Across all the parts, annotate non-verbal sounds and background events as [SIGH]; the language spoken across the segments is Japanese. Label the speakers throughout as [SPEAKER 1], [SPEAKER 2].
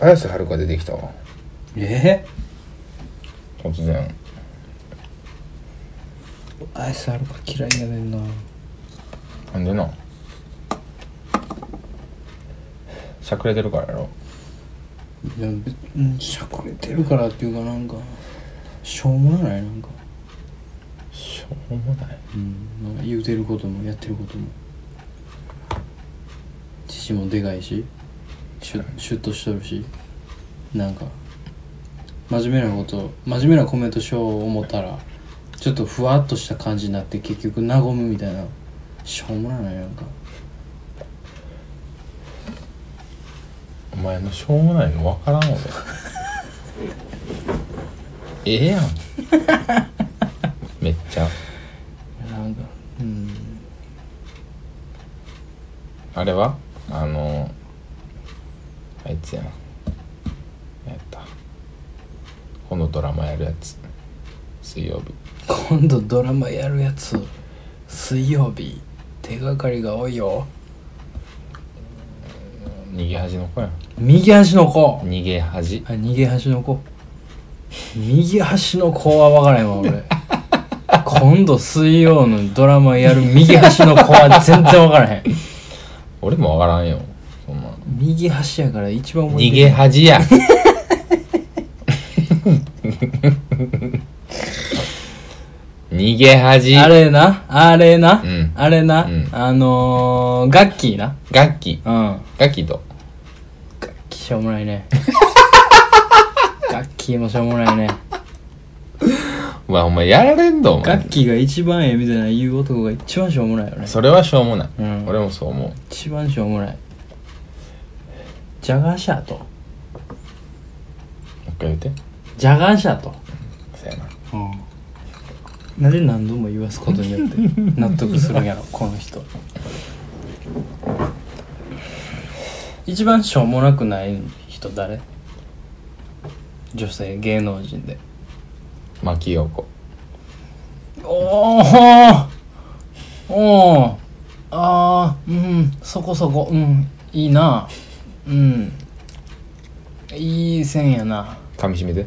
[SPEAKER 1] 綾瀬はるか出てきたわ
[SPEAKER 2] え
[SPEAKER 1] 突然
[SPEAKER 2] えアイスあるか嫌いやねんな
[SPEAKER 1] なんでなしゃくれてるからやろ
[SPEAKER 2] いやべうんしゃくれてるからっていうかなんかしょうもないなんか
[SPEAKER 1] しょうもない
[SPEAKER 2] うんなんか言うてることもやってることも父もでかいしシュシュッとしとるしなんか真面目なこと真面目なコメントしよう思ったらちょっとふわっとした感じになって結局和むみたいなしょうもないなんか
[SPEAKER 1] お前のしょうもないの分からん俺 [LAUGHS] ええやんめっちゃ
[SPEAKER 2] なんかうん
[SPEAKER 1] あれはあのあいつやな何やったこのドラマやるやつ水曜日
[SPEAKER 2] 今度ドラマやるやつ水曜日手がかりが多いよ
[SPEAKER 1] 逃げ恥の子やん
[SPEAKER 2] 右端の子
[SPEAKER 1] 逃げ恥
[SPEAKER 2] あ逃げ端の子右端の子は分からへんわ俺今度水曜のドラマやる右端の子は全然分からへん
[SPEAKER 1] 俺も分からんよそんな
[SPEAKER 2] 右端やから一番思い
[SPEAKER 1] 逃げ恥や逃げ恥
[SPEAKER 2] あれなあれな、
[SPEAKER 1] うん
[SPEAKER 2] あれな、
[SPEAKER 1] うん
[SPEAKER 2] あのー、ガッキーな
[SPEAKER 1] ガッキ
[SPEAKER 2] うんガ
[SPEAKER 1] ガキと
[SPEAKER 2] ッキーしょうもな
[SPEAKER 1] [LAUGHS]
[SPEAKER 2] いねガッキーもしょうもないね
[SPEAKER 1] お前お前やられんどお
[SPEAKER 2] ガ
[SPEAKER 1] 前
[SPEAKER 2] ッキーが一番ええみたいな言う男が一番しょうもないよね
[SPEAKER 1] それはしょうもない、
[SPEAKER 2] うん
[SPEAKER 1] 俺もそう思う
[SPEAKER 2] 一番しょうもないジャガーシャーと
[SPEAKER 1] もう一回言うて
[SPEAKER 2] ジャガーシャーと
[SPEAKER 1] せやな
[SPEAKER 2] なぜ何度も言わすことによって [LAUGHS] 納得するんやろこの人一番しょうもなくない人誰女性芸能人で
[SPEAKER 1] 牧陽子
[SPEAKER 2] おーおーあーうんそこそこうんいいなうんいい線やな
[SPEAKER 1] 噛み締めて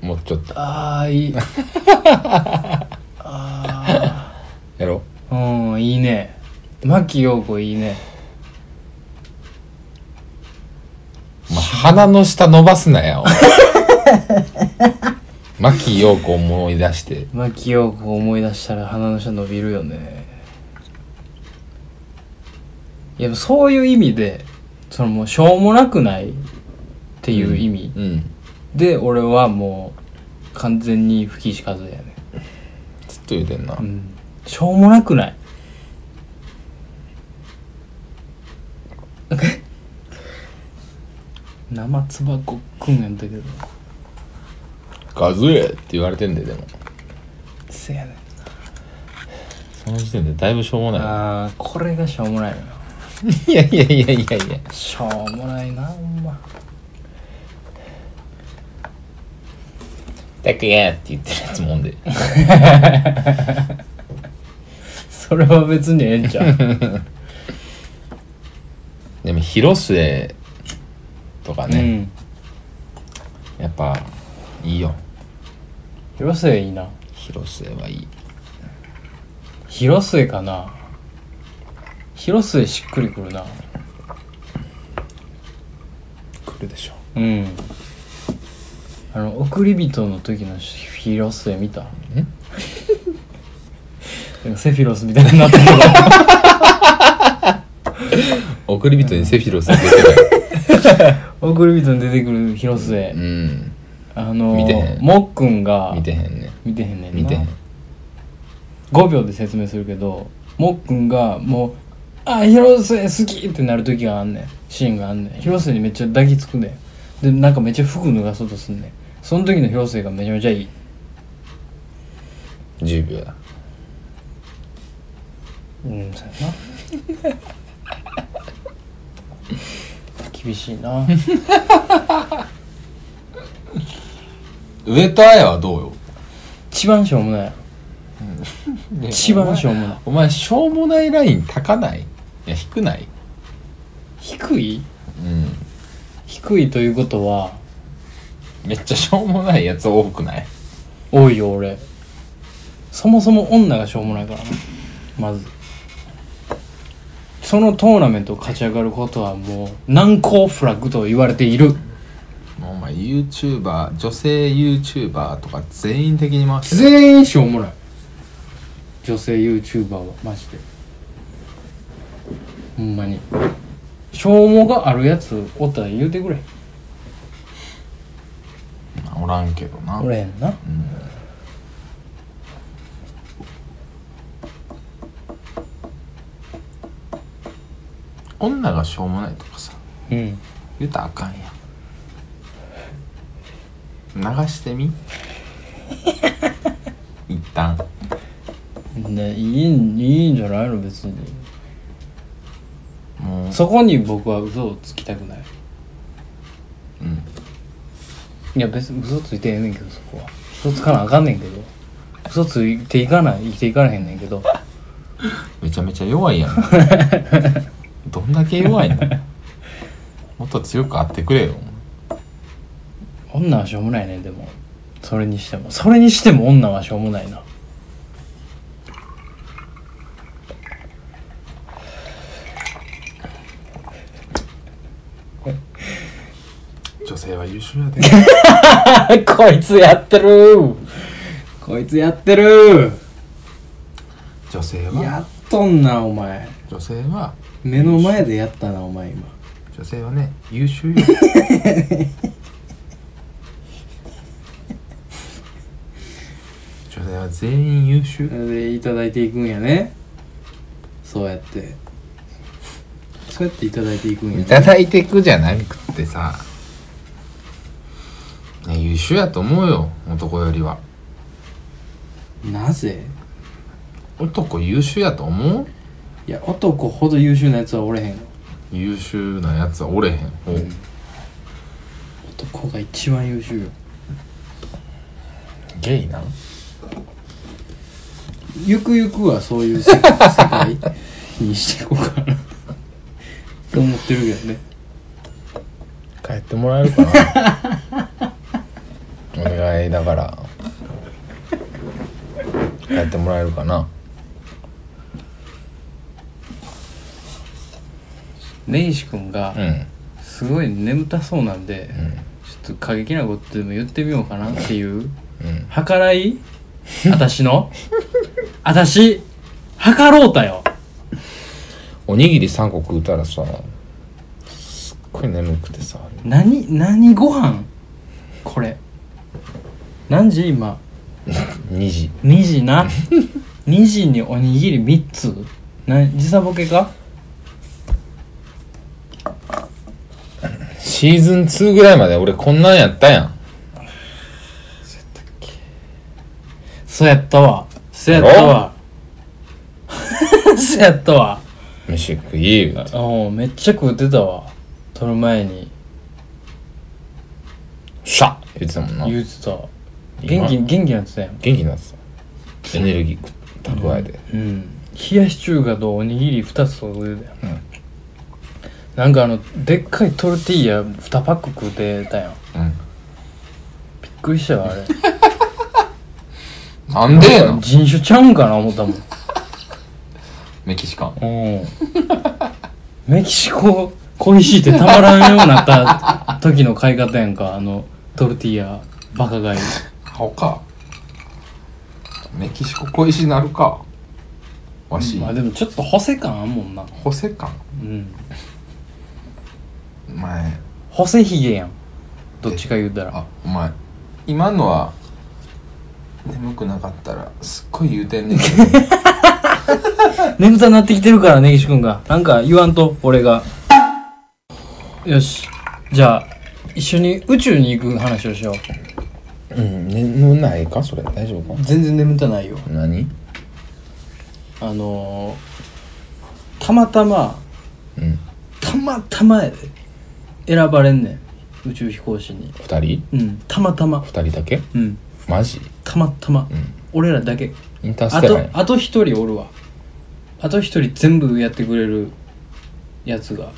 [SPEAKER 1] もうちょっと
[SPEAKER 2] あ
[SPEAKER 1] [LAUGHS]
[SPEAKER 2] ーいい
[SPEAKER 1] やろ
[SPEAKER 2] うんいいね牧陽子いいね
[SPEAKER 1] お前鼻の下伸ばすなよ [LAUGHS] 牧陽子思い出して
[SPEAKER 2] 牧陽子思い出したら鼻の下伸びるよねいやそういう意味でそのもうしょうもなくないっていう意味、
[SPEAKER 1] うん
[SPEAKER 2] で俺はもう完全に吹石和也やね
[SPEAKER 1] ずっと言うてんな、
[SPEAKER 2] うんしょうもなくないなんか生つばごっくんやったけど
[SPEAKER 1] ガズエって言われてんででも
[SPEAKER 2] せやねん
[SPEAKER 1] その時点でだいぶしょうもな
[SPEAKER 2] あーこれがしょうもないのよ
[SPEAKER 1] いいやいやいやいやいや
[SPEAKER 2] しょうもないなほんま
[SPEAKER 1] たくやって言ってるやつもんで
[SPEAKER 2] それは別にええんちゃう
[SPEAKER 1] でも広末とか
[SPEAKER 2] う
[SPEAKER 1] ね、
[SPEAKER 2] ん
[SPEAKER 1] やっぱいいよ
[SPEAKER 2] 広末いいな
[SPEAKER 1] 広末はいい
[SPEAKER 2] 広末かな広末しっくりくるな
[SPEAKER 1] 来るでしょ
[SPEAKER 2] うんあの送り人の時の広末見たなんかセフィロスみたいに
[SPEAKER 1] [LAUGHS]
[SPEAKER 2] なってる
[SPEAKER 1] 送り人にセフィロス出てない
[SPEAKER 2] 送り人に出てくる広末、
[SPEAKER 1] うん
[SPEAKER 2] あの
[SPEAKER 1] 見てへん
[SPEAKER 2] もっくんが
[SPEAKER 1] 見てへんね
[SPEAKER 2] 見てへんねんな
[SPEAKER 1] 見てへん
[SPEAKER 2] 5秒で説明するけどもっくんがもう「あ広末好き!」ってなる時があんねんシーンがあんねん広末にめっちゃ抱きつくねんでなんかめっちゃ服脱がそうとすんねんその時の広末がめちゃめちゃいい
[SPEAKER 1] 10秒だ
[SPEAKER 2] うんそうやな [LAUGHS] 厳しいな
[SPEAKER 1] 上戸彩はどうよ
[SPEAKER 2] 一番しょうもない一番しょうもない
[SPEAKER 1] お前しょうもないライン高ないいや低ない
[SPEAKER 2] 低い
[SPEAKER 1] うん
[SPEAKER 2] 低いということは
[SPEAKER 1] めっちゃしょうもないやつ多くない
[SPEAKER 2] 多いよ俺そもそも女がしょうもないからなまずそのトーナメントを勝ち上がることはもう難攻フラッグと言われている
[SPEAKER 1] もうお前 YouTuber 女性 YouTuber とか全員的に回してる
[SPEAKER 2] 全員しょうもない女性 YouTuber はマジでほんまに消耗があるやつおったら言うてくれ
[SPEAKER 1] おらんけどな
[SPEAKER 2] 俺やんな
[SPEAKER 1] 女がしょうもないとかさ
[SPEAKER 2] うん
[SPEAKER 1] 言うたらあかんやん流してみ一旦
[SPEAKER 2] ねいいんいいんじゃないの別に
[SPEAKER 1] もう
[SPEAKER 2] そこに僕は嘘をつきたくない
[SPEAKER 1] うん
[SPEAKER 2] いや別に嘘ついてええねんけどそこは嘘つかなあかんねんけど嘘ついていかない生きていかれへんねんけど
[SPEAKER 1] めちゃめちゃ弱いやんどんだけ弱いのもっと強くあってくれよ
[SPEAKER 2] 女はしょうもないねでもそれにしてもそれにしても女はしょうもないな
[SPEAKER 1] 女性は優秀やで
[SPEAKER 2] [LAUGHS] こいつやってるこいつやってる
[SPEAKER 1] 女性
[SPEAKER 2] や
[SPEAKER 1] は
[SPEAKER 2] っとんなお前
[SPEAKER 1] 女性は
[SPEAKER 2] 目の前でやったなお前今
[SPEAKER 1] 女性はね優秀よ女性は全員優秀
[SPEAKER 2] でいただいていくんやねそうやってそうやっていただいていくんやね
[SPEAKER 1] いただいていくじゃなくってさ、ね、優秀やと思うよ男よりは
[SPEAKER 2] なぜ
[SPEAKER 1] 男優秀やと思う
[SPEAKER 2] いや男ほど優秀なやつはおれへん
[SPEAKER 1] 優秀なやつはおれへんほう
[SPEAKER 2] 男が一番優秀よ
[SPEAKER 1] ゲイなん
[SPEAKER 2] ゆくゆくはそういう世世 [LAUGHS] 界にしていこうかなと思ってるけどね
[SPEAKER 1] 帰ってもらえるか [LAUGHS] なお願いだから帰ってもらえるかな
[SPEAKER 2] 根岸君が
[SPEAKER 1] うん
[SPEAKER 2] すごい眠たそうなんで、
[SPEAKER 1] うん
[SPEAKER 2] ちょっと過激なことでも言ってみようかなっていう
[SPEAKER 1] うん
[SPEAKER 2] 計らい私の [LAUGHS] 私計ろうたよ
[SPEAKER 1] おにぎり3個食うたらさすっごい眠くてさ
[SPEAKER 2] 何何ご飯これ何時今
[SPEAKER 1] 2時
[SPEAKER 2] 2
[SPEAKER 1] [LAUGHS]
[SPEAKER 2] 時な2時におにぎり3つな時差ボケか
[SPEAKER 1] シーズン2ぐらいまで俺こんなんやったやん
[SPEAKER 2] そうやったわそうやったわ [LAUGHS] そうやったわ
[SPEAKER 1] 飯食い言うて
[SPEAKER 2] おうめっちゃ食うてたわ撮る前に
[SPEAKER 1] シャッ言ってたもんな
[SPEAKER 2] 言うてたわ元気
[SPEAKER 1] 今
[SPEAKER 2] 元気なってたやん
[SPEAKER 1] 元気になってたエネルギー蓄えて
[SPEAKER 2] うん冷やし中華とおにぎり2つと食うてたやん、
[SPEAKER 1] うん
[SPEAKER 2] なんかあのでっかいトルティーヤ2パック食うてたやん
[SPEAKER 1] うん
[SPEAKER 2] びっくりしたわあれ
[SPEAKER 1] なんでやな
[SPEAKER 2] 人種ちゃうんかな思ったもん
[SPEAKER 1] メキシカン
[SPEAKER 2] うんメキシコ恋しいってたまらんようになった時の買い方やんかあのトルティーヤバカ買い
[SPEAKER 1] ほかメキシコ小石なるかわし
[SPEAKER 2] まあでもちょっと補正感あんもんな
[SPEAKER 1] ホセカン
[SPEAKER 2] うん
[SPEAKER 1] お前
[SPEAKER 2] 補正ヒゲやんどっちか言うたら
[SPEAKER 1] あお前今のは眠くなかったらすっごい言うてんねんけど
[SPEAKER 2] 眠たなってきてるから根岸君がなんか言わんと俺がよしじゃあ一緒に宇宙に行く話をしよう
[SPEAKER 1] [LAUGHS] うん眠ないかそれ大丈夫か
[SPEAKER 2] 全然眠たないよ
[SPEAKER 1] 何
[SPEAKER 2] あのー、たまたま
[SPEAKER 1] うん
[SPEAKER 2] たまたまやで選ばれんねん宇宙飛行士に
[SPEAKER 1] 二人
[SPEAKER 2] うんたまたま
[SPEAKER 1] 二人だけ
[SPEAKER 2] うん
[SPEAKER 1] マジ
[SPEAKER 2] たまたま、
[SPEAKER 1] ん
[SPEAKER 2] 俺らだけ
[SPEAKER 1] インタース
[SPEAKER 2] あ
[SPEAKER 1] テラー
[SPEAKER 2] と
[SPEAKER 1] や
[SPEAKER 2] あと一人おるわあと一人全部やってくれるやつが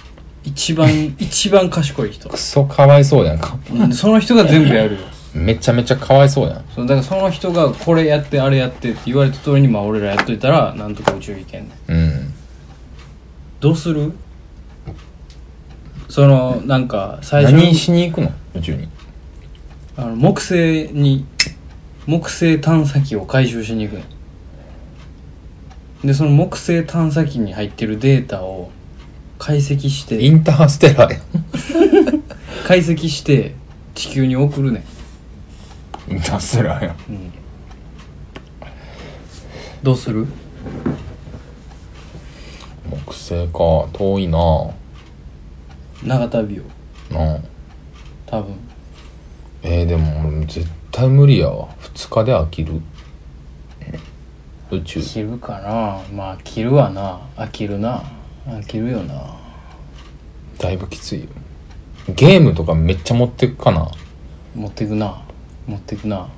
[SPEAKER 2] 一番 [LAUGHS] 一番賢い人
[SPEAKER 1] クソかわいそうやんか
[SPEAKER 2] うんその人が全部やるよ
[SPEAKER 1] めちゃめちゃかわいそうやん
[SPEAKER 2] そうだからその人がこれやってあれやってって言われた通りにまあ俺らやっといたらなんとか宇宙行けんねん
[SPEAKER 1] うん
[SPEAKER 2] どうするそのなんか最初
[SPEAKER 1] 何しに行くの宇宙に
[SPEAKER 2] あの木星に木星探査機を回収しに行くのでその木星探査機に入ってるデータを解析し
[SPEAKER 1] イ
[SPEAKER 2] て
[SPEAKER 1] ンターステラーや
[SPEAKER 2] 解析して地球に送るね
[SPEAKER 1] んインターステラーやん
[SPEAKER 2] ん、うん、どうする
[SPEAKER 1] 木星か遠いなぁ
[SPEAKER 2] 長旅を
[SPEAKER 1] なあ
[SPEAKER 2] 多分
[SPEAKER 1] えー、でも俺絶対無理やわ2日で飽きる宇宙
[SPEAKER 2] 着るかなまあ着るわな飽きるな飽きるよな
[SPEAKER 1] だいぶきついよゲームとかめっちゃ持ってくかな
[SPEAKER 2] 持ってくな持ってくな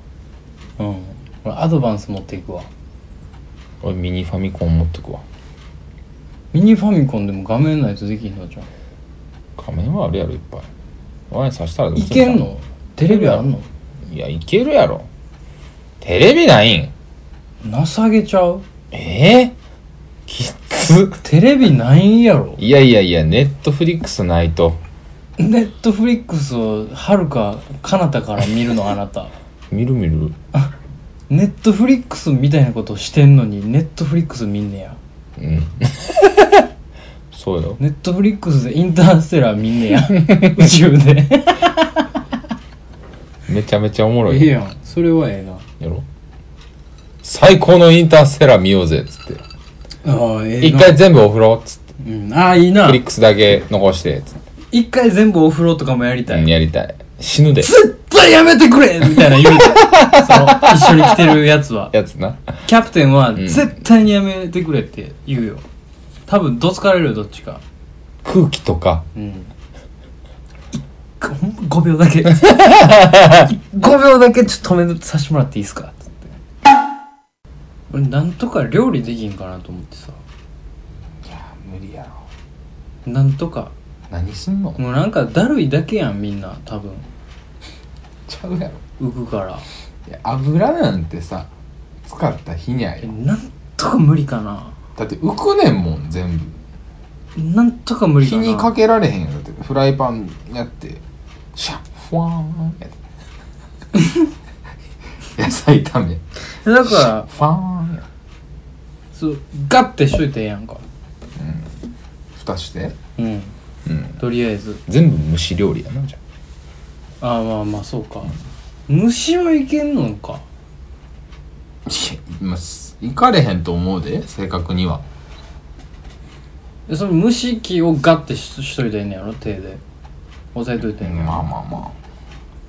[SPEAKER 2] うん俺アドバンス持っていくわ
[SPEAKER 1] 俺ミニファミコン持ってくわ
[SPEAKER 2] ミニファミコンでも画面ないとできんのじゃん
[SPEAKER 1] 仮面はあるやろいっぱいワインさしたらどう
[SPEAKER 2] い
[SPEAKER 1] する
[SPEAKER 2] けんのテレビあんの
[SPEAKER 1] いやいけるやろテレビないん
[SPEAKER 2] 情けちゃう
[SPEAKER 1] えー、きつ
[SPEAKER 2] テレビないんやろ
[SPEAKER 1] いやいやいやネットフリックスないと
[SPEAKER 2] ネットフリックスをはるか彼方から見るのあな [LAUGHS] た
[SPEAKER 1] 見る見る
[SPEAKER 2] ネットフリックスみたいなことしてんのにネットフリックス見んねや
[SPEAKER 1] うん [LAUGHS] そうよ
[SPEAKER 2] ネットフリックスでインターステラー見ん [LAUGHS] ねや宇宙で
[SPEAKER 1] めちゃめちゃおもろ
[SPEAKER 2] いい
[SPEAKER 1] いや
[SPEAKER 2] やんそれはええな
[SPEAKER 1] ろ最高のインターステラー見ようぜっつって
[SPEAKER 2] ああええ
[SPEAKER 1] 一回全部お風呂っつって
[SPEAKER 2] うん、ああいいな
[SPEAKER 1] フリックスだけ残してっつって
[SPEAKER 2] 一回全部お風呂とかもやりたい、
[SPEAKER 1] やりたい死ぬで
[SPEAKER 2] 絶対やめてくれみたいな
[SPEAKER 1] [LAUGHS]
[SPEAKER 2] 言うてその一緒に来てるやつは
[SPEAKER 1] やつな
[SPEAKER 2] キャプテンは絶対にやめてくれって言うよ多分どつかれるよどっちか
[SPEAKER 1] 空気とか
[SPEAKER 2] うん5秒
[SPEAKER 1] [LAUGHS]
[SPEAKER 2] だけ5秒だけちょっと止めさせてもらっていいですかつって俺なんとか料理できんかなと思ってさ
[SPEAKER 1] いや無理やろ
[SPEAKER 2] なんとか
[SPEAKER 1] 何すんの
[SPEAKER 2] もうなんかだるいだけやんみんな多分
[SPEAKER 1] ちゃうやろ
[SPEAKER 2] 浮くから
[SPEAKER 1] いや油なんてさ使った日にゃ
[SPEAKER 2] え
[SPEAKER 1] よ
[SPEAKER 2] なんとか無理かな
[SPEAKER 1] だって浮くねんもん全部
[SPEAKER 2] なんとか無理
[SPEAKER 1] 火
[SPEAKER 2] かな
[SPEAKER 1] にかけられへんよだってフライパンやってシャッフワーンやって [LAUGHS] 野菜炒め
[SPEAKER 2] だから
[SPEAKER 1] ファーンや
[SPEAKER 2] そうガッてしといてええやんか
[SPEAKER 1] 蓋して
[SPEAKER 2] うん
[SPEAKER 1] うん
[SPEAKER 2] とりあえず
[SPEAKER 1] 全部蒸し料理やなじゃ
[SPEAKER 2] ああまあまあそうか虫はいけんのか
[SPEAKER 1] いや今行かれへんと思うで正確には
[SPEAKER 2] でその虫器をガッてししといてんねやろ手で押さえといてんねや
[SPEAKER 1] まあ
[SPEAKER 2] ろ
[SPEAKER 1] まあま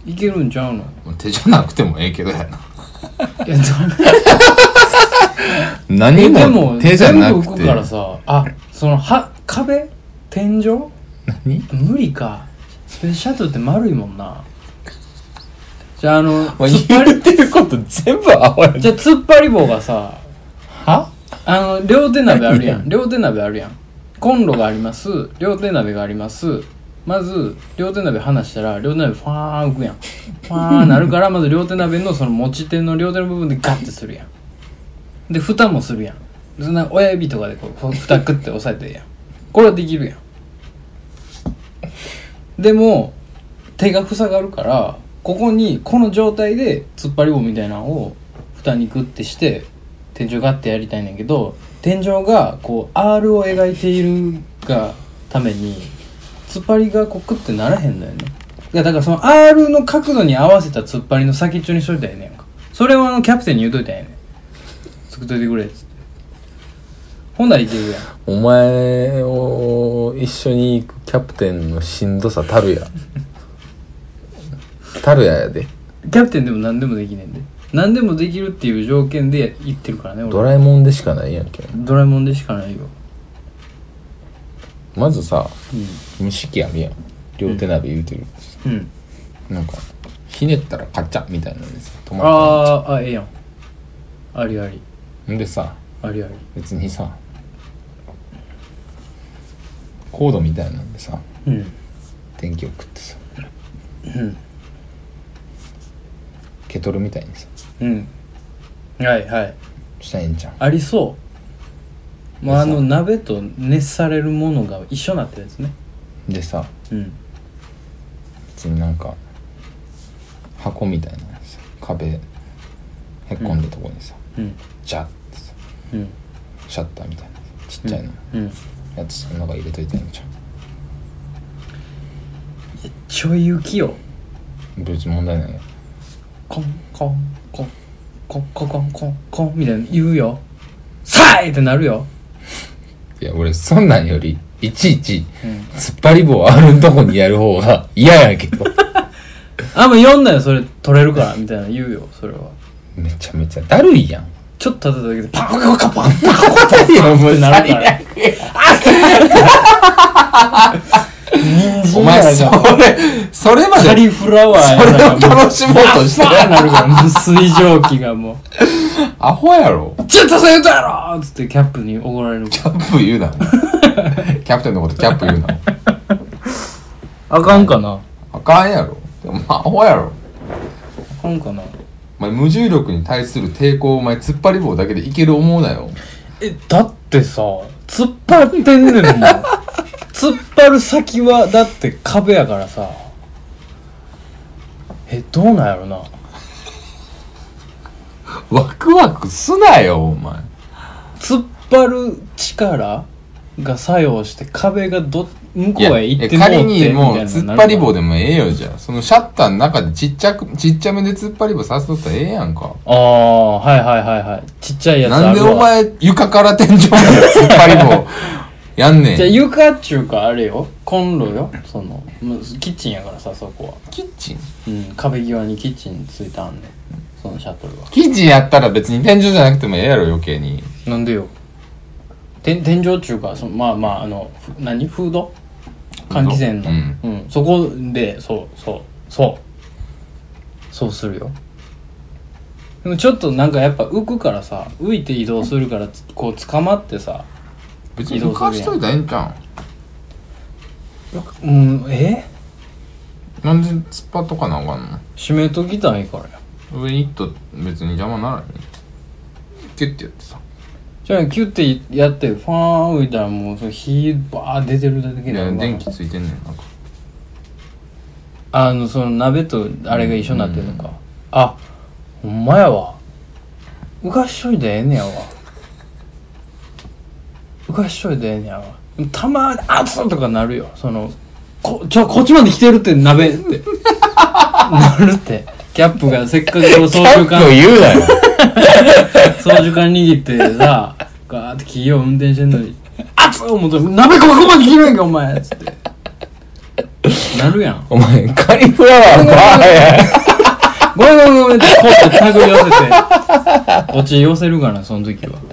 [SPEAKER 2] いけるんちゃうの
[SPEAKER 1] あ手じゃなくてもええけどやない
[SPEAKER 2] や
[SPEAKER 1] 何
[SPEAKER 2] でもでも全部浮くからさあそのは壁天井
[SPEAKER 1] 何
[SPEAKER 2] 無理かスペースシャトルって丸いもんなじゃああの
[SPEAKER 1] お前
[SPEAKER 2] 突っ張り
[SPEAKER 1] てること全部あわや
[SPEAKER 2] じゃあ突っ張り棒がさ
[SPEAKER 1] は
[SPEAKER 2] あの両手鍋あるやん両手鍋あるやんコンロがあります両手鍋がありますまず両手鍋離したら両手鍋ファーン浮くやんファーンなるからまず両手鍋のその持ち手の両手の部分でガッてするやんで蓋もするやんそんな親指とかでこうこう蓋クッて押さえてやんこれはできるやんでも手が塞がるからここにこの状態で突っ張り棒みたいなのを蓋にグッてして天井があってやりたいねんけど天井がこう R を描いているがために突っ張りがこうクッてならへんのよねいやだからその R の角度に合わせた突っ張りの先っちょにしといたらええねんかそれをあのキャプテンに言うといたらええねん作っといてくれっつってほんならいけるやん
[SPEAKER 1] お前を一緒に行くキャプテンのしんどさたるやたるややで
[SPEAKER 2] キャプテンでも何でもできねえんで何でもできるっていう条件で言ってるからね俺
[SPEAKER 1] ドラえもんでしかないやんけ
[SPEAKER 2] ドラえもんでしかないよ
[SPEAKER 1] まずさ
[SPEAKER 2] う
[SPEAKER 1] 蒸し器あるやん両手鍋言うてる、
[SPEAKER 2] ん、うん、
[SPEAKER 1] なんかひねったらカチャみたいなんです止まっ
[SPEAKER 2] あーあええやんありあり
[SPEAKER 1] てんでさ
[SPEAKER 2] ありあり
[SPEAKER 1] 別にさコードみたいなんでさ
[SPEAKER 2] うん
[SPEAKER 1] 電気送ってさ
[SPEAKER 2] うん
[SPEAKER 1] ケトルみたいにさ
[SPEAKER 2] うんはいはい
[SPEAKER 1] したらええんちゃう
[SPEAKER 2] ありそうまああの鍋と熱されるものが一緒になってるやつね
[SPEAKER 1] でさ
[SPEAKER 2] うん
[SPEAKER 1] 別になんか箱みたいなのにさ壁へっこんだとこにさ、
[SPEAKER 2] うん
[SPEAKER 1] ジャッてさ
[SPEAKER 2] うん
[SPEAKER 1] シャッターみたいなちっちゃいの
[SPEAKER 2] うん
[SPEAKER 1] やつの中入れといてんじゃ
[SPEAKER 2] ちょい雪よ
[SPEAKER 1] ん別に問題ないよ
[SPEAKER 2] コンコンコンコンコンコンコンコンみたいなの言うよさあいってなるよ
[SPEAKER 1] いや俺そんなんよりいちいち
[SPEAKER 2] うん
[SPEAKER 1] 突っ張り棒あるとこにやる方が嫌やけど
[SPEAKER 2] あもう読んだよそれ取れるからみたいなの言うよそれは
[SPEAKER 1] めちゃめちゃだるいやん
[SPEAKER 2] ちょっと立てただけで
[SPEAKER 1] パ
[SPEAKER 2] パ
[SPEAKER 1] カパンパンもう
[SPEAKER 2] なるから
[SPEAKER 1] 最悪
[SPEAKER 2] ン
[SPEAKER 1] お前それそれま
[SPEAKER 2] カ
[SPEAKER 1] で
[SPEAKER 2] リフラワー
[SPEAKER 1] それ
[SPEAKER 2] や
[SPEAKER 1] を楽しもうとして
[SPEAKER 2] パーなるからもう水蒸気がも
[SPEAKER 1] アホやろ
[SPEAKER 2] う「ちょっとそういうことやろ!」っつってキャップに怒られるか
[SPEAKER 1] キャップ言うなキャプテンのことキャップ言うな
[SPEAKER 2] らあかんかな
[SPEAKER 1] あかんやろでもアホやろ
[SPEAKER 2] あかんかな
[SPEAKER 1] お前無重力に対する抵抗をお前突っ張り棒だけでいける思うなよ
[SPEAKER 2] えだってさ突っ張ってんねんもん突っ張る先はだって壁やからさえどうなんやろな
[SPEAKER 1] ワクワクすなよお前
[SPEAKER 2] 突っ張る力が作用して壁がど向こうへ行ってもうて
[SPEAKER 1] 仮にもう
[SPEAKER 2] みたいな
[SPEAKER 1] 突
[SPEAKER 2] の
[SPEAKER 1] っ
[SPEAKER 2] にな
[SPEAKER 1] 張
[SPEAKER 2] る
[SPEAKER 1] り
[SPEAKER 2] か
[SPEAKER 1] 棒でもええよじゃあそのシャッターの中でちっちゃくちっちゃめで突っ張り棒させとったらええやんか
[SPEAKER 2] ああはいはいはいはいちっちゃいやつ
[SPEAKER 1] な
[SPEAKER 2] あ
[SPEAKER 1] んで
[SPEAKER 2] るわ
[SPEAKER 1] お前床から天井まで突っ張り棒 [LAUGHS] やんねん
[SPEAKER 2] じゃあ床っちゅうかあれよコンロよそのもうキッチンやからさそこは
[SPEAKER 1] キッチン
[SPEAKER 2] うん壁際にキッチンついてあんねんそのシャトルは
[SPEAKER 1] キッチンやったら別に天井じゃなくてもええやろ余計に
[SPEAKER 2] なんでよて天井っちゅうかそのまあまああのふ何フード換気扇の
[SPEAKER 1] うん
[SPEAKER 2] うん、そこでそうそうそうそうするよでもちょっとなんかやっぱ浮くからさ浮いて移動するからつこう捕まってさ
[SPEAKER 1] 別に浮かしといたらええんちゃ
[SPEAKER 2] うんえ
[SPEAKER 1] うんなんで突っ張っとかなあかんの
[SPEAKER 2] 閉めときたいからや
[SPEAKER 1] 上に行っと別に邪魔ならへんキュッてやってさ
[SPEAKER 2] じゃあキュッてやってファーン浮いたらもうその火バー出てるだけ
[SPEAKER 1] い
[SPEAKER 2] な
[SPEAKER 1] や
[SPEAKER 2] の
[SPEAKER 1] 電気ついてんねんなんか
[SPEAKER 2] あのその鍋とあれが一緒になってるのか、あほんまやわ浮かしといてええねやわ浮かしといてええねやわでもたまに熱っとかなるよそのこちょこっちまで来てるって鍋って [LAUGHS] なるってキャップがせっかく [LAUGHS] こう操縦桿
[SPEAKER 1] 言うなよ
[SPEAKER 2] 操縦桿握ってさガーって企業運転してんのに「熱っ!」思ったら「鍋ここまで切るんかお前」っつってなるやん
[SPEAKER 1] [LAUGHS] お前カリフラワーバーや
[SPEAKER 2] 「ごめんごめんごめん」ってこうやって手繰り寄せ [LAUGHS] てこっち寄せるからその時は
[SPEAKER 1] [LAUGHS]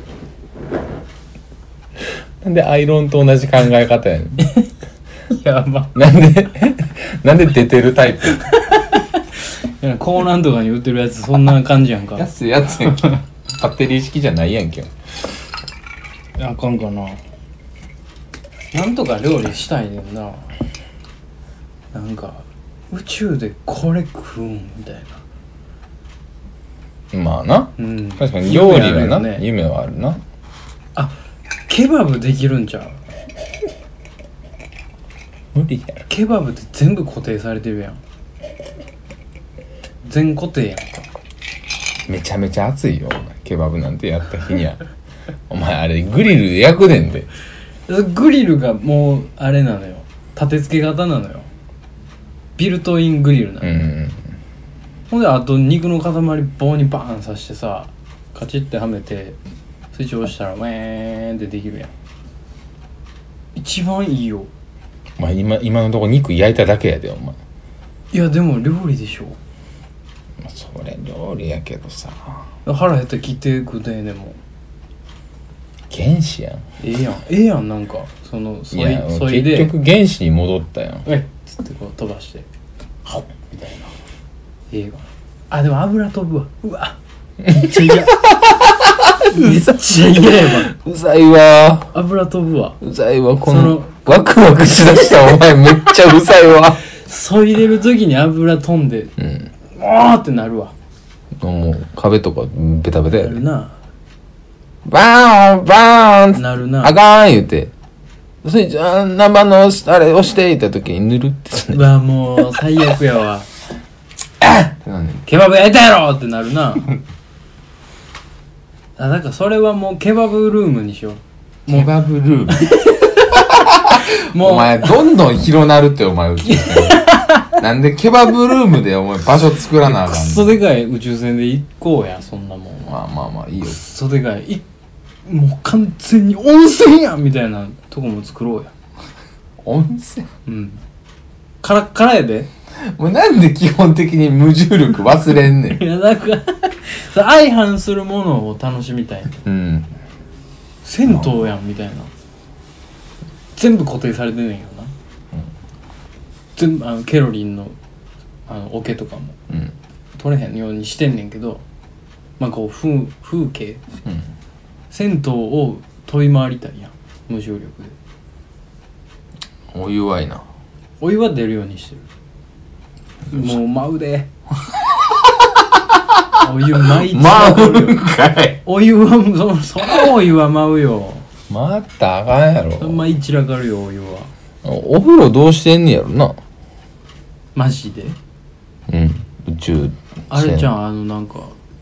[SPEAKER 1] なんでアイロンと同じ考え方やねん。 [LAUGHS]
[SPEAKER 2] やば
[SPEAKER 1] なんで、 [LAUGHS] なんで出てるタイプ
[SPEAKER 2] いやコーナンとかに売ってるやつそんな感じやんか
[SPEAKER 1] 安いやつやんけ。バッテリー式じゃないやんけ。
[SPEAKER 2] あかんかななんとか料理したいねんななんか宇宙でこれ食うんみたいな
[SPEAKER 1] まあな。
[SPEAKER 2] うん
[SPEAKER 1] 確かに料理は
[SPEAKER 2] 夢あ
[SPEAKER 1] な、
[SPEAKER 2] るよね
[SPEAKER 1] 夢はあるな。
[SPEAKER 2] ケバブできるんちゃう
[SPEAKER 1] 無理やろ。
[SPEAKER 2] ケバブって全部固定されてるやん全固定やんか
[SPEAKER 1] めちゃめちゃ熱いよ、お前。ケバブなんてやった日には。お前あれグリルで焼くねんで。
[SPEAKER 2] グリルがもうあれなのよ立て付け型なのよビルトイングリルな
[SPEAKER 1] う
[SPEAKER 2] の、
[SPEAKER 1] ん。
[SPEAKER 2] ほんであと肉の塊棒にバーン刺してさカチッてはめてスイッチ押したらウェーンってできるやん一番いいよ
[SPEAKER 1] お前今、今のとこ肉焼いただけやで、お前。
[SPEAKER 2] いやでも料理でしょ
[SPEAKER 1] まあそれ料理やけどさ。
[SPEAKER 2] 腹減ったら切って食うてんねんもん
[SPEAKER 1] 原始やん。
[SPEAKER 2] ええやんええやんなんかそのそ
[SPEAKER 1] い
[SPEAKER 2] い
[SPEAKER 1] や、
[SPEAKER 2] そい
[SPEAKER 1] 結
[SPEAKER 2] で
[SPEAKER 1] 局原始に戻ったやん。
[SPEAKER 2] えっつってこう飛ばしてはっみたいな映画あでも油飛ぶわうわめっちゃ [LAUGHS] 嫌めっちゃ嫌やわ
[SPEAKER 1] うざいわ
[SPEAKER 2] 油飛ぶわ
[SPEAKER 1] うざいわこ
[SPEAKER 2] そ
[SPEAKER 1] の
[SPEAKER 2] の
[SPEAKER 1] ワクワクしだしたお前めっちゃうざいわ
[SPEAKER 2] そいでる時に油飛んで
[SPEAKER 1] うん
[SPEAKER 2] 「おー!」ってなるわ
[SPEAKER 1] もう壁とかベタベタ
[SPEAKER 2] な
[SPEAKER 1] や
[SPEAKER 2] る
[SPEAKER 1] で
[SPEAKER 2] な
[SPEAKER 1] バーンバーン
[SPEAKER 2] なるな
[SPEAKER 1] あかん言うてそれじゃあ生のあれ押していった時にぬるってすね
[SPEAKER 2] うわもう最悪やわ
[SPEAKER 1] なんねん
[SPEAKER 2] [LAUGHS] ケバブ焼いたやろってなるな [LAUGHS] あなんかそれはもうケバブルームにしよ
[SPEAKER 1] ケバブルーム
[SPEAKER 2] うもう
[SPEAKER 1] [LAUGHS] お前どんどん広なるってお前宇宙船なんでケバブルームでお前場所作らなあか
[SPEAKER 2] ク
[SPEAKER 1] ん
[SPEAKER 2] ッ
[SPEAKER 1] の
[SPEAKER 2] ソでかい宇宙船で行こうやそんなもん
[SPEAKER 1] まあまあまあいいよ
[SPEAKER 2] クッソでかいいもう完全に温泉やんみたいなとこも作ろうや
[SPEAKER 1] 温泉
[SPEAKER 2] うんカラッカラやで
[SPEAKER 1] もうなんで基本的に無重力忘れんね [LAUGHS]
[SPEAKER 2] い
[SPEAKER 1] ん
[SPEAKER 2] やなんか [LAUGHS] そう相反するものを楽しみたい
[SPEAKER 1] うん
[SPEAKER 2] 銭湯やんみたいな全部固定されてんねんけどな、全部あのケロリンのあの桶とかも
[SPEAKER 1] うん
[SPEAKER 2] 取れへんようにしてんねんけどまあこう風風景
[SPEAKER 1] うん
[SPEAKER 2] 銭湯を飛び回りたいやん無重力で
[SPEAKER 1] お湯はいな
[SPEAKER 2] お湯は出るようにしてるもう舞うで [LAUGHS] お湯舞い散
[SPEAKER 1] ま
[SPEAKER 2] ら
[SPEAKER 1] あ
[SPEAKER 2] か
[SPEAKER 1] う
[SPEAKER 2] るよ
[SPEAKER 1] んかい
[SPEAKER 2] お湯はそそのお湯は舞うよ
[SPEAKER 1] またあかんやろ
[SPEAKER 2] 舞い散らかるよお湯は
[SPEAKER 1] お風呂どうしてんねやろな
[SPEAKER 2] マジで
[SPEAKER 1] うん宇宙
[SPEAKER 2] あれじゃ
[SPEAKER 1] ん
[SPEAKER 2] んあのなんか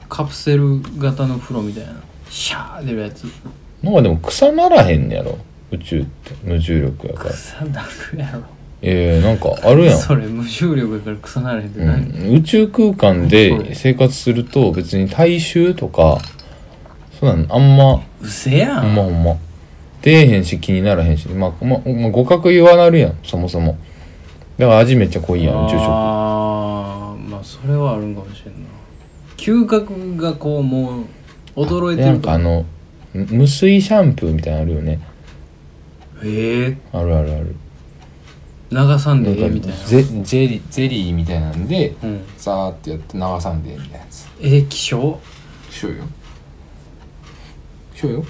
[SPEAKER 2] カプセル型の風呂みたいなシャー出るやつ
[SPEAKER 1] なんかでも草ならへんねやろ宇宙って無重力やから
[SPEAKER 2] 草なるやろ
[SPEAKER 1] ええなんかあるやん
[SPEAKER 2] それ無重力だから草なれへんって
[SPEAKER 1] う
[SPEAKER 2] 何、
[SPEAKER 1] ん、宇宙空間で生活すると別に大衆とかそうなんあんま
[SPEAKER 2] うせや
[SPEAKER 1] ほん
[SPEAKER 2] ん、
[SPEAKER 1] まほんま出えへんし気にならへんし、まあまあまあ、互角言わなるやんそもそもだから味めっちゃ濃いやん宇宙食
[SPEAKER 2] ああまあそれはあるんかもしれんな嗅覚がこうもう驚いて
[SPEAKER 1] な
[SPEAKER 2] る
[SPEAKER 1] んか
[SPEAKER 2] と
[SPEAKER 1] あのむ無水シャンプーみたいなのあるよね
[SPEAKER 2] へえ
[SPEAKER 1] あるあるある
[SPEAKER 2] 流さんでええ
[SPEAKER 1] なん
[SPEAKER 2] み
[SPEAKER 1] か
[SPEAKER 2] たいな
[SPEAKER 1] ゼゼリゼリーみたいなんで
[SPEAKER 2] うん
[SPEAKER 1] ザーってやって流さんでみたいなやつ
[SPEAKER 2] えー、気象
[SPEAKER 1] しょうよしょうよ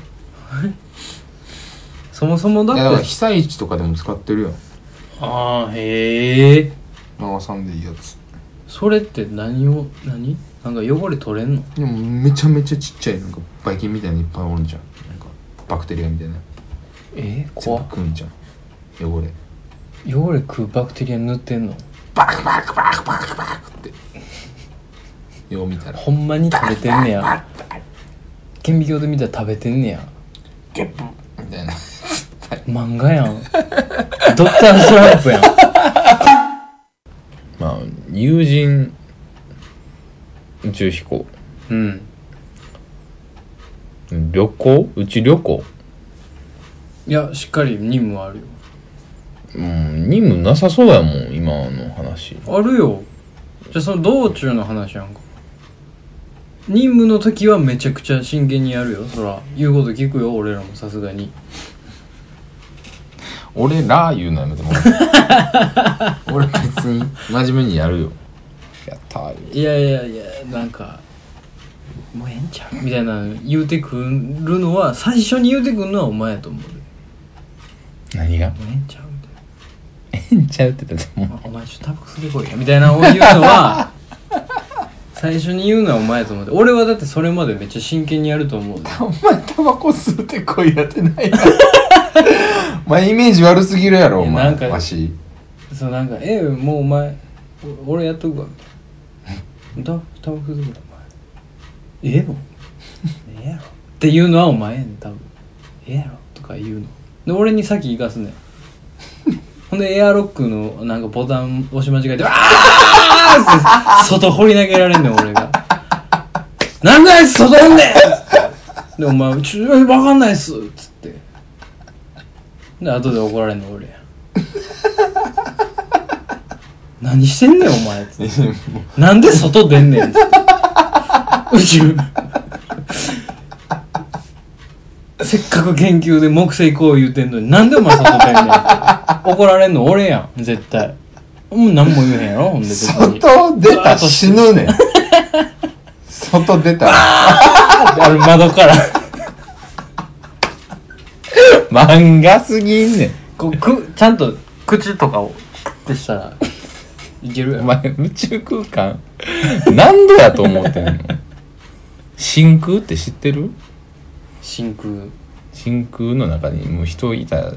[SPEAKER 2] そもそもだ
[SPEAKER 1] いやだから
[SPEAKER 2] って
[SPEAKER 1] 被災地とかでも使ってるやん
[SPEAKER 2] ああへえ
[SPEAKER 1] 流さんでいいやつ
[SPEAKER 2] それって何を何なんか汚れ取れんの
[SPEAKER 1] でもめちゃめちゃちっちゃいなんかバイキンみたいにいっぱいおるんじゃんなんかバクテリアみたいな
[SPEAKER 2] えー、
[SPEAKER 1] 全
[SPEAKER 2] 怖
[SPEAKER 1] 部
[SPEAKER 2] っ
[SPEAKER 1] 食うんじゃん汚れ
[SPEAKER 2] 汚れ食うバクテリア塗ってんの
[SPEAKER 1] バクバクバクバクバクってよう見たら
[SPEAKER 2] ほんまに食べてんねや顕微鏡で見たら食べてんねや
[SPEAKER 1] ゲップみたいな
[SPEAKER 2] 漫画やんドクターストランプやん
[SPEAKER 1] まあ友人宇宙飛行
[SPEAKER 2] うん
[SPEAKER 1] 旅行うち旅行
[SPEAKER 2] いやしっかり任務はあるよ
[SPEAKER 1] うん任務なさそうやもん今の話
[SPEAKER 2] あるよじゃあその道中の話やんか任務の時はめちゃくちゃ真剣にやるよそら言うこと聞くよ俺らもさすがに
[SPEAKER 1] 俺ら言うのやめてもら [LAUGHS] う俺別に真面目にやるよやったー言う
[SPEAKER 2] いやいやいやなんかもうええんちゃうみたいなの言うてくるのは最初に言うてくるのはお前やと思うでも
[SPEAKER 1] 何が
[SPEAKER 2] うええんちゃうみたいな
[SPEAKER 1] えんちゃうって言ってたも
[SPEAKER 2] お前ちょっとタバコ吸ってこいやみたいなのを言うのは [LAUGHS] 最初に言うのはお前やと思って俺はだってそれまでめっちゃ真剣にやると思うで
[SPEAKER 1] お前タバコ吸ってこいやってない [LAUGHS] やんお前イメージ悪すぎるやろお
[SPEAKER 2] いや
[SPEAKER 1] 前
[SPEAKER 2] なんか
[SPEAKER 1] わし
[SPEAKER 2] そうなんか「えもうお前お俺やっとくわ」みたいな「タバコ吸ってこいお前ええのええやろ」っていうのはお前やねん多分「ええやろ」とか言うので俺に先行かすねんほんでエアロックのなんかボタン押し間違えて「わあ!」って外掘り投げられんねん俺が「なんであいつ外おんねん!」 [LAUGHS] でお前「ちょ分かんないっす」っつってで後で怒られんの俺や何してんねんお前っつってなんで外出んねんっつって宇宙せっかく研究で木星こう言うてんのになんでお前外出んねんって怒られんの俺やん絶対もう何も言えへんやろほんで別に
[SPEAKER 1] 外出た
[SPEAKER 2] わー
[SPEAKER 1] ら
[SPEAKER 2] っとして
[SPEAKER 1] 死ぬね [LAUGHS] ん外出たら
[SPEAKER 2] あれ窓から
[SPEAKER 1] 漫画すぎんねん
[SPEAKER 2] こうくちゃんと口とかをってしたらいけるや
[SPEAKER 1] お
[SPEAKER 2] ん
[SPEAKER 1] 前宇宙空間何度やと思ってんの真空って知ってる
[SPEAKER 2] 真空
[SPEAKER 1] 真空の中にもう人いたらも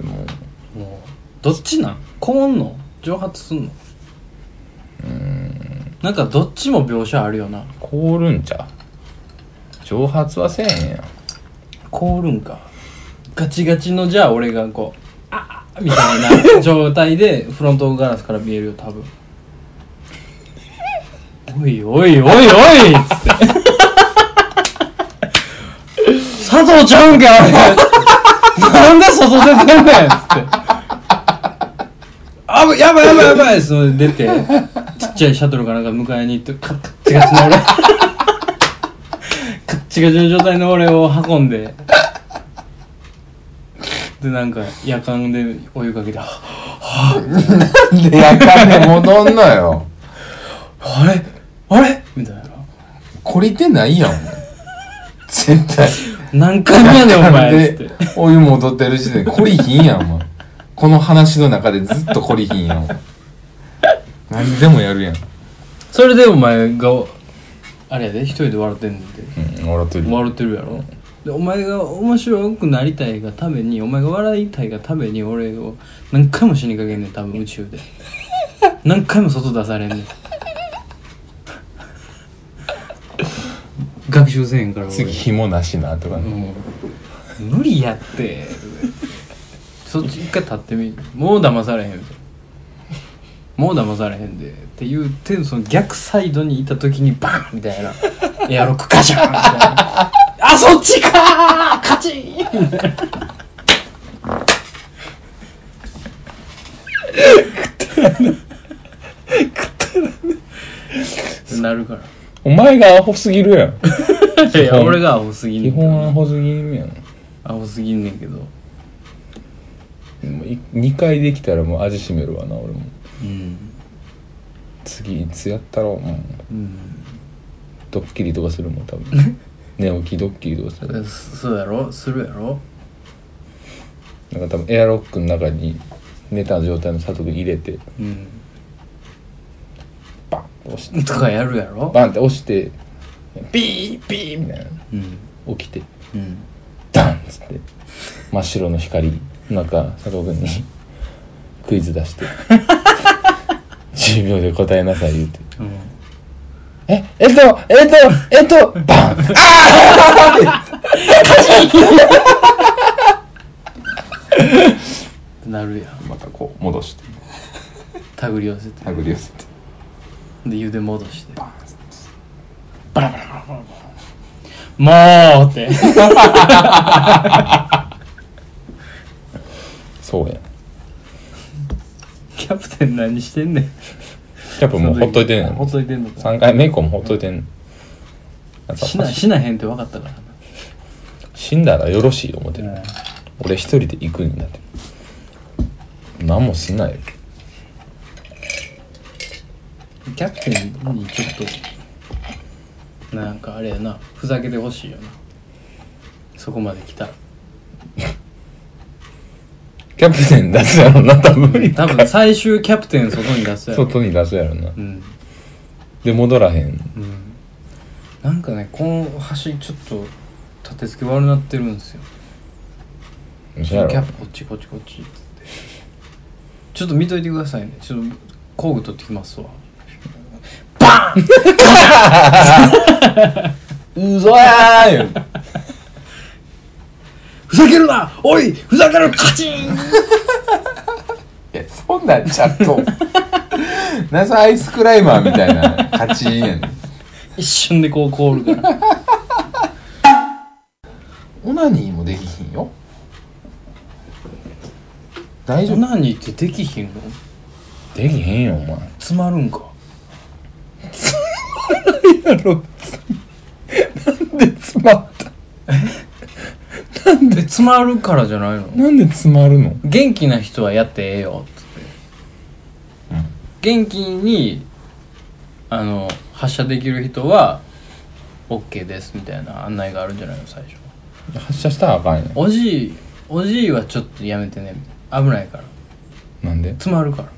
[SPEAKER 1] う
[SPEAKER 2] もうどっちなんこんの蒸発すんのなんかどっちも描写あるよな
[SPEAKER 1] 凍るんちゃう蒸発はせえへんやん
[SPEAKER 2] 凍るんかガチガチのじゃあ俺がこうああみたいな状態でフロントガラスから見えるよ多分おいおいおいおいっつって佐藤ちゃうんかお前なんで外出てんねんっつってあぶやばいやばいやばいっつって出てちっちゃいシャトルかなんか迎えに行ってカッチガチの俺カッチガチの状態の俺を運んででなんか夜間でお湯かけてあ
[SPEAKER 1] でやかんで戻んのよ
[SPEAKER 2] あれあれみたいな
[SPEAKER 1] 懲りてないやんお前絶対
[SPEAKER 2] 何回目やねんお前っつっ
[SPEAKER 1] で
[SPEAKER 2] て
[SPEAKER 1] お湯戻ってる時点で懲りひんやんお前この話の中でずっと懲りひんやんお前何でもやるやん、
[SPEAKER 2] それでお前があれやで一人で笑ってんので
[SPEAKER 1] うん、笑っとる
[SPEAKER 2] 笑ってるやろでお前が面白くなりたいがためにお前が笑いたいがために俺を何回も死にかけんねん多分宇宙で何回も外出されんね [LAUGHS] ん学習せえへんから俺
[SPEAKER 1] 次紐なしなとかね、
[SPEAKER 2] 無理やってそっち一回立ってみもう騙されへんぞもう騙されへんでっていうてその逆サイドにいた時にバーンみたいなエアロックカシャンみたいなあそっちかーカチンなるから
[SPEAKER 1] お前がアホすぎるやん
[SPEAKER 2] いやいや俺がアホすぎ
[SPEAKER 1] 基
[SPEAKER 2] んねん
[SPEAKER 1] 本アホすぎるやん
[SPEAKER 2] アホすぎんねんけど
[SPEAKER 1] もうい2回できたらもう味しめるわな俺も
[SPEAKER 2] うん
[SPEAKER 1] 次いつやったろう、うん、
[SPEAKER 2] うん
[SPEAKER 1] ドッキリとかするもん多分寝起きドッキリとかする
[SPEAKER 2] そそうやろするやろ
[SPEAKER 1] なんか多分エアロックの中に寝た状態の佐藤君入れて
[SPEAKER 2] うん
[SPEAKER 1] バンって押して
[SPEAKER 2] とかやるやろ
[SPEAKER 1] バンって押してピーピーみたいな
[SPEAKER 2] うん
[SPEAKER 1] 起きて
[SPEAKER 2] うん
[SPEAKER 1] ダンっつって真っ白の光の中佐藤君にクイズ出して「10秒で答えなさい」言うて「ええっとえっとえっとバン!」
[SPEAKER 2] なるやん
[SPEAKER 1] またこう戻して
[SPEAKER 2] 手繰り寄せて
[SPEAKER 1] 殴り寄せて
[SPEAKER 2] で茹で戻して
[SPEAKER 1] バンっつって
[SPEAKER 2] 「もう!」って
[SPEAKER 1] そうやん
[SPEAKER 2] [LAUGHS] キャプテン何してんねん
[SPEAKER 1] キャップもうほっといてんね
[SPEAKER 2] ほ
[SPEAKER 1] ん
[SPEAKER 2] っといてんのか
[SPEAKER 1] 3回目以降もほっといてんねんやっぱ
[SPEAKER 2] しなしなへんって分かったからな
[SPEAKER 1] 死んだらよろしい思ってる、俺一人で行くんだって何もすんないよ
[SPEAKER 2] キャプテンにちょっとなんかあれやなふざけてほしいよなそこまで来たら
[SPEAKER 1] キャプテン出すやろな多分
[SPEAKER 2] 多分最終キャプテン外に出すやろ
[SPEAKER 1] 外に出すやろな
[SPEAKER 2] うん
[SPEAKER 1] で戻らへん
[SPEAKER 2] うんなんかねこの橋ちょっと立て付け悪なってるんですよ
[SPEAKER 1] そ
[SPEAKER 2] キ
[SPEAKER 1] や
[SPEAKER 2] ャッ
[SPEAKER 1] ろ
[SPEAKER 2] プこっちこっちこっちっつってちょっと見といてくださいねちょっと工具取ってきますわ
[SPEAKER 1] うそやーよ
[SPEAKER 2] ふざけるなおいふざけるカチン
[SPEAKER 1] [LAUGHS] いやそんなんちゃんとなぜアイスクライマーみたいな勝ちやねん
[SPEAKER 2] 一瞬でこう凍る [LAUGHS] から
[SPEAKER 1] オナニーもできひんよ大
[SPEAKER 2] オナニーってできひんの
[SPEAKER 1] できへんよお前
[SPEAKER 2] 詰まるんか
[SPEAKER 1] やろなんで詰まった
[SPEAKER 2] で詰まるからじゃないの
[SPEAKER 1] なんで詰まるの
[SPEAKER 2] 元気な人はやってええよっつって、
[SPEAKER 1] うん
[SPEAKER 2] 元気にあの発射できる人は OK ですみたいな案内があるんじゃないの最初
[SPEAKER 1] 発射したらあかんやん
[SPEAKER 2] おじいおじいはちょっとやめてねみたいな危ないから
[SPEAKER 1] なんで
[SPEAKER 2] 詰まるから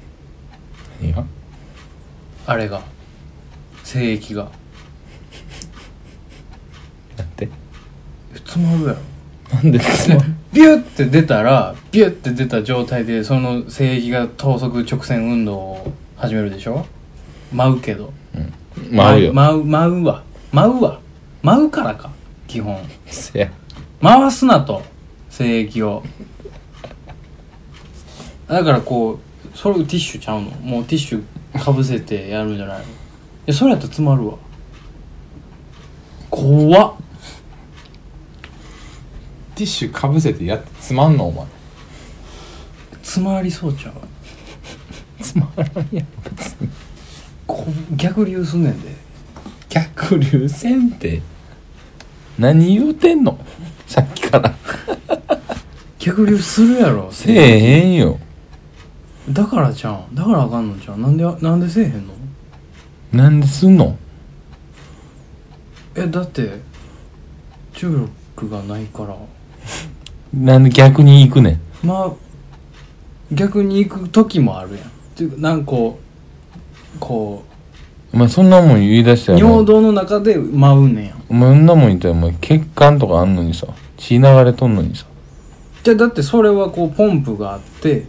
[SPEAKER 1] 何が
[SPEAKER 2] あれが精液が
[SPEAKER 1] だって
[SPEAKER 2] 詰まるやろ
[SPEAKER 1] なんで詰まる
[SPEAKER 2] [LAUGHS] ビュッて出たらビュッて出た状態でその精液が等速直線運動を始めるでしょ舞うけど
[SPEAKER 1] 舞うよ、
[SPEAKER 2] 舞う舞うわ舞うわ舞うからか基本
[SPEAKER 1] せや
[SPEAKER 2] 回すなと精液をだからこうそれティッシュちゃうのもうティッシュかぶせてやるんじゃないのいやそれやったら詰まるわ怖っ
[SPEAKER 1] ティッシュかぶせてやってつまんのお前
[SPEAKER 2] 詰まりそうちゃう
[SPEAKER 1] つまらんやん別に
[SPEAKER 2] こ逆流すんねんで
[SPEAKER 1] 逆流線って何言うてんのさっきから
[SPEAKER 2] 逆流するやろ
[SPEAKER 1] せえへんよ
[SPEAKER 2] だからちゃうんだからあかんのちゃうんなんでなんでせえへんの
[SPEAKER 1] なんですんの
[SPEAKER 2] えだって重力がないから
[SPEAKER 1] なんで逆に行くねん
[SPEAKER 2] まあ逆に行く時もあるやんっていうかなんかこうこ
[SPEAKER 1] お前そんなもん言い出した
[SPEAKER 2] う
[SPEAKER 1] ら
[SPEAKER 2] 尿道の中で舞うねんやん
[SPEAKER 1] お前そんなもん言ったらお前血管とかあんのにさ血流れとんのにさ
[SPEAKER 2] じゃあだってそれはこうポンプがあって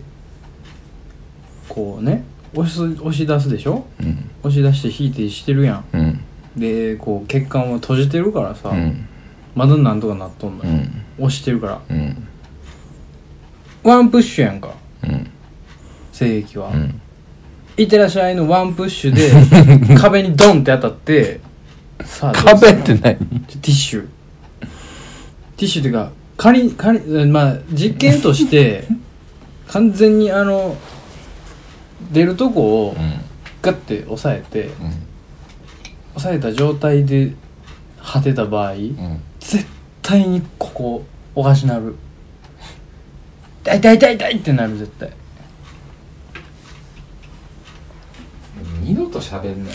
[SPEAKER 2] こうね押し押し出すでしょ
[SPEAKER 1] うん
[SPEAKER 2] 押し出して引いてしてるやん
[SPEAKER 1] うん
[SPEAKER 2] でこう血管を閉じてるからさ、
[SPEAKER 1] うん
[SPEAKER 2] まだなんとかなっとんの
[SPEAKER 1] う
[SPEAKER 2] よ、
[SPEAKER 1] ん
[SPEAKER 2] 押してるから
[SPEAKER 1] うん
[SPEAKER 2] ワンプッシュやんか
[SPEAKER 1] うん
[SPEAKER 2] 精液は、
[SPEAKER 1] うん
[SPEAKER 2] いってらっしゃいのワンプッシュ
[SPEAKER 1] [LAUGHS]
[SPEAKER 2] で壁にドンって当たってさあどうする
[SPEAKER 1] 壁って何
[SPEAKER 2] ティッシュティッシュっていうか仮に仮にまあ実験として
[SPEAKER 1] [LAUGHS]
[SPEAKER 2] 完全にあの出るとこを
[SPEAKER 1] うん
[SPEAKER 2] ガッて押さえて
[SPEAKER 1] う
[SPEAKER 2] 押さえた状態で果てた場合
[SPEAKER 1] んうん
[SPEAKER 2] 絶対にここおかしなる痛い痛い痛い痛いってなる絶対
[SPEAKER 1] 二度と喋んない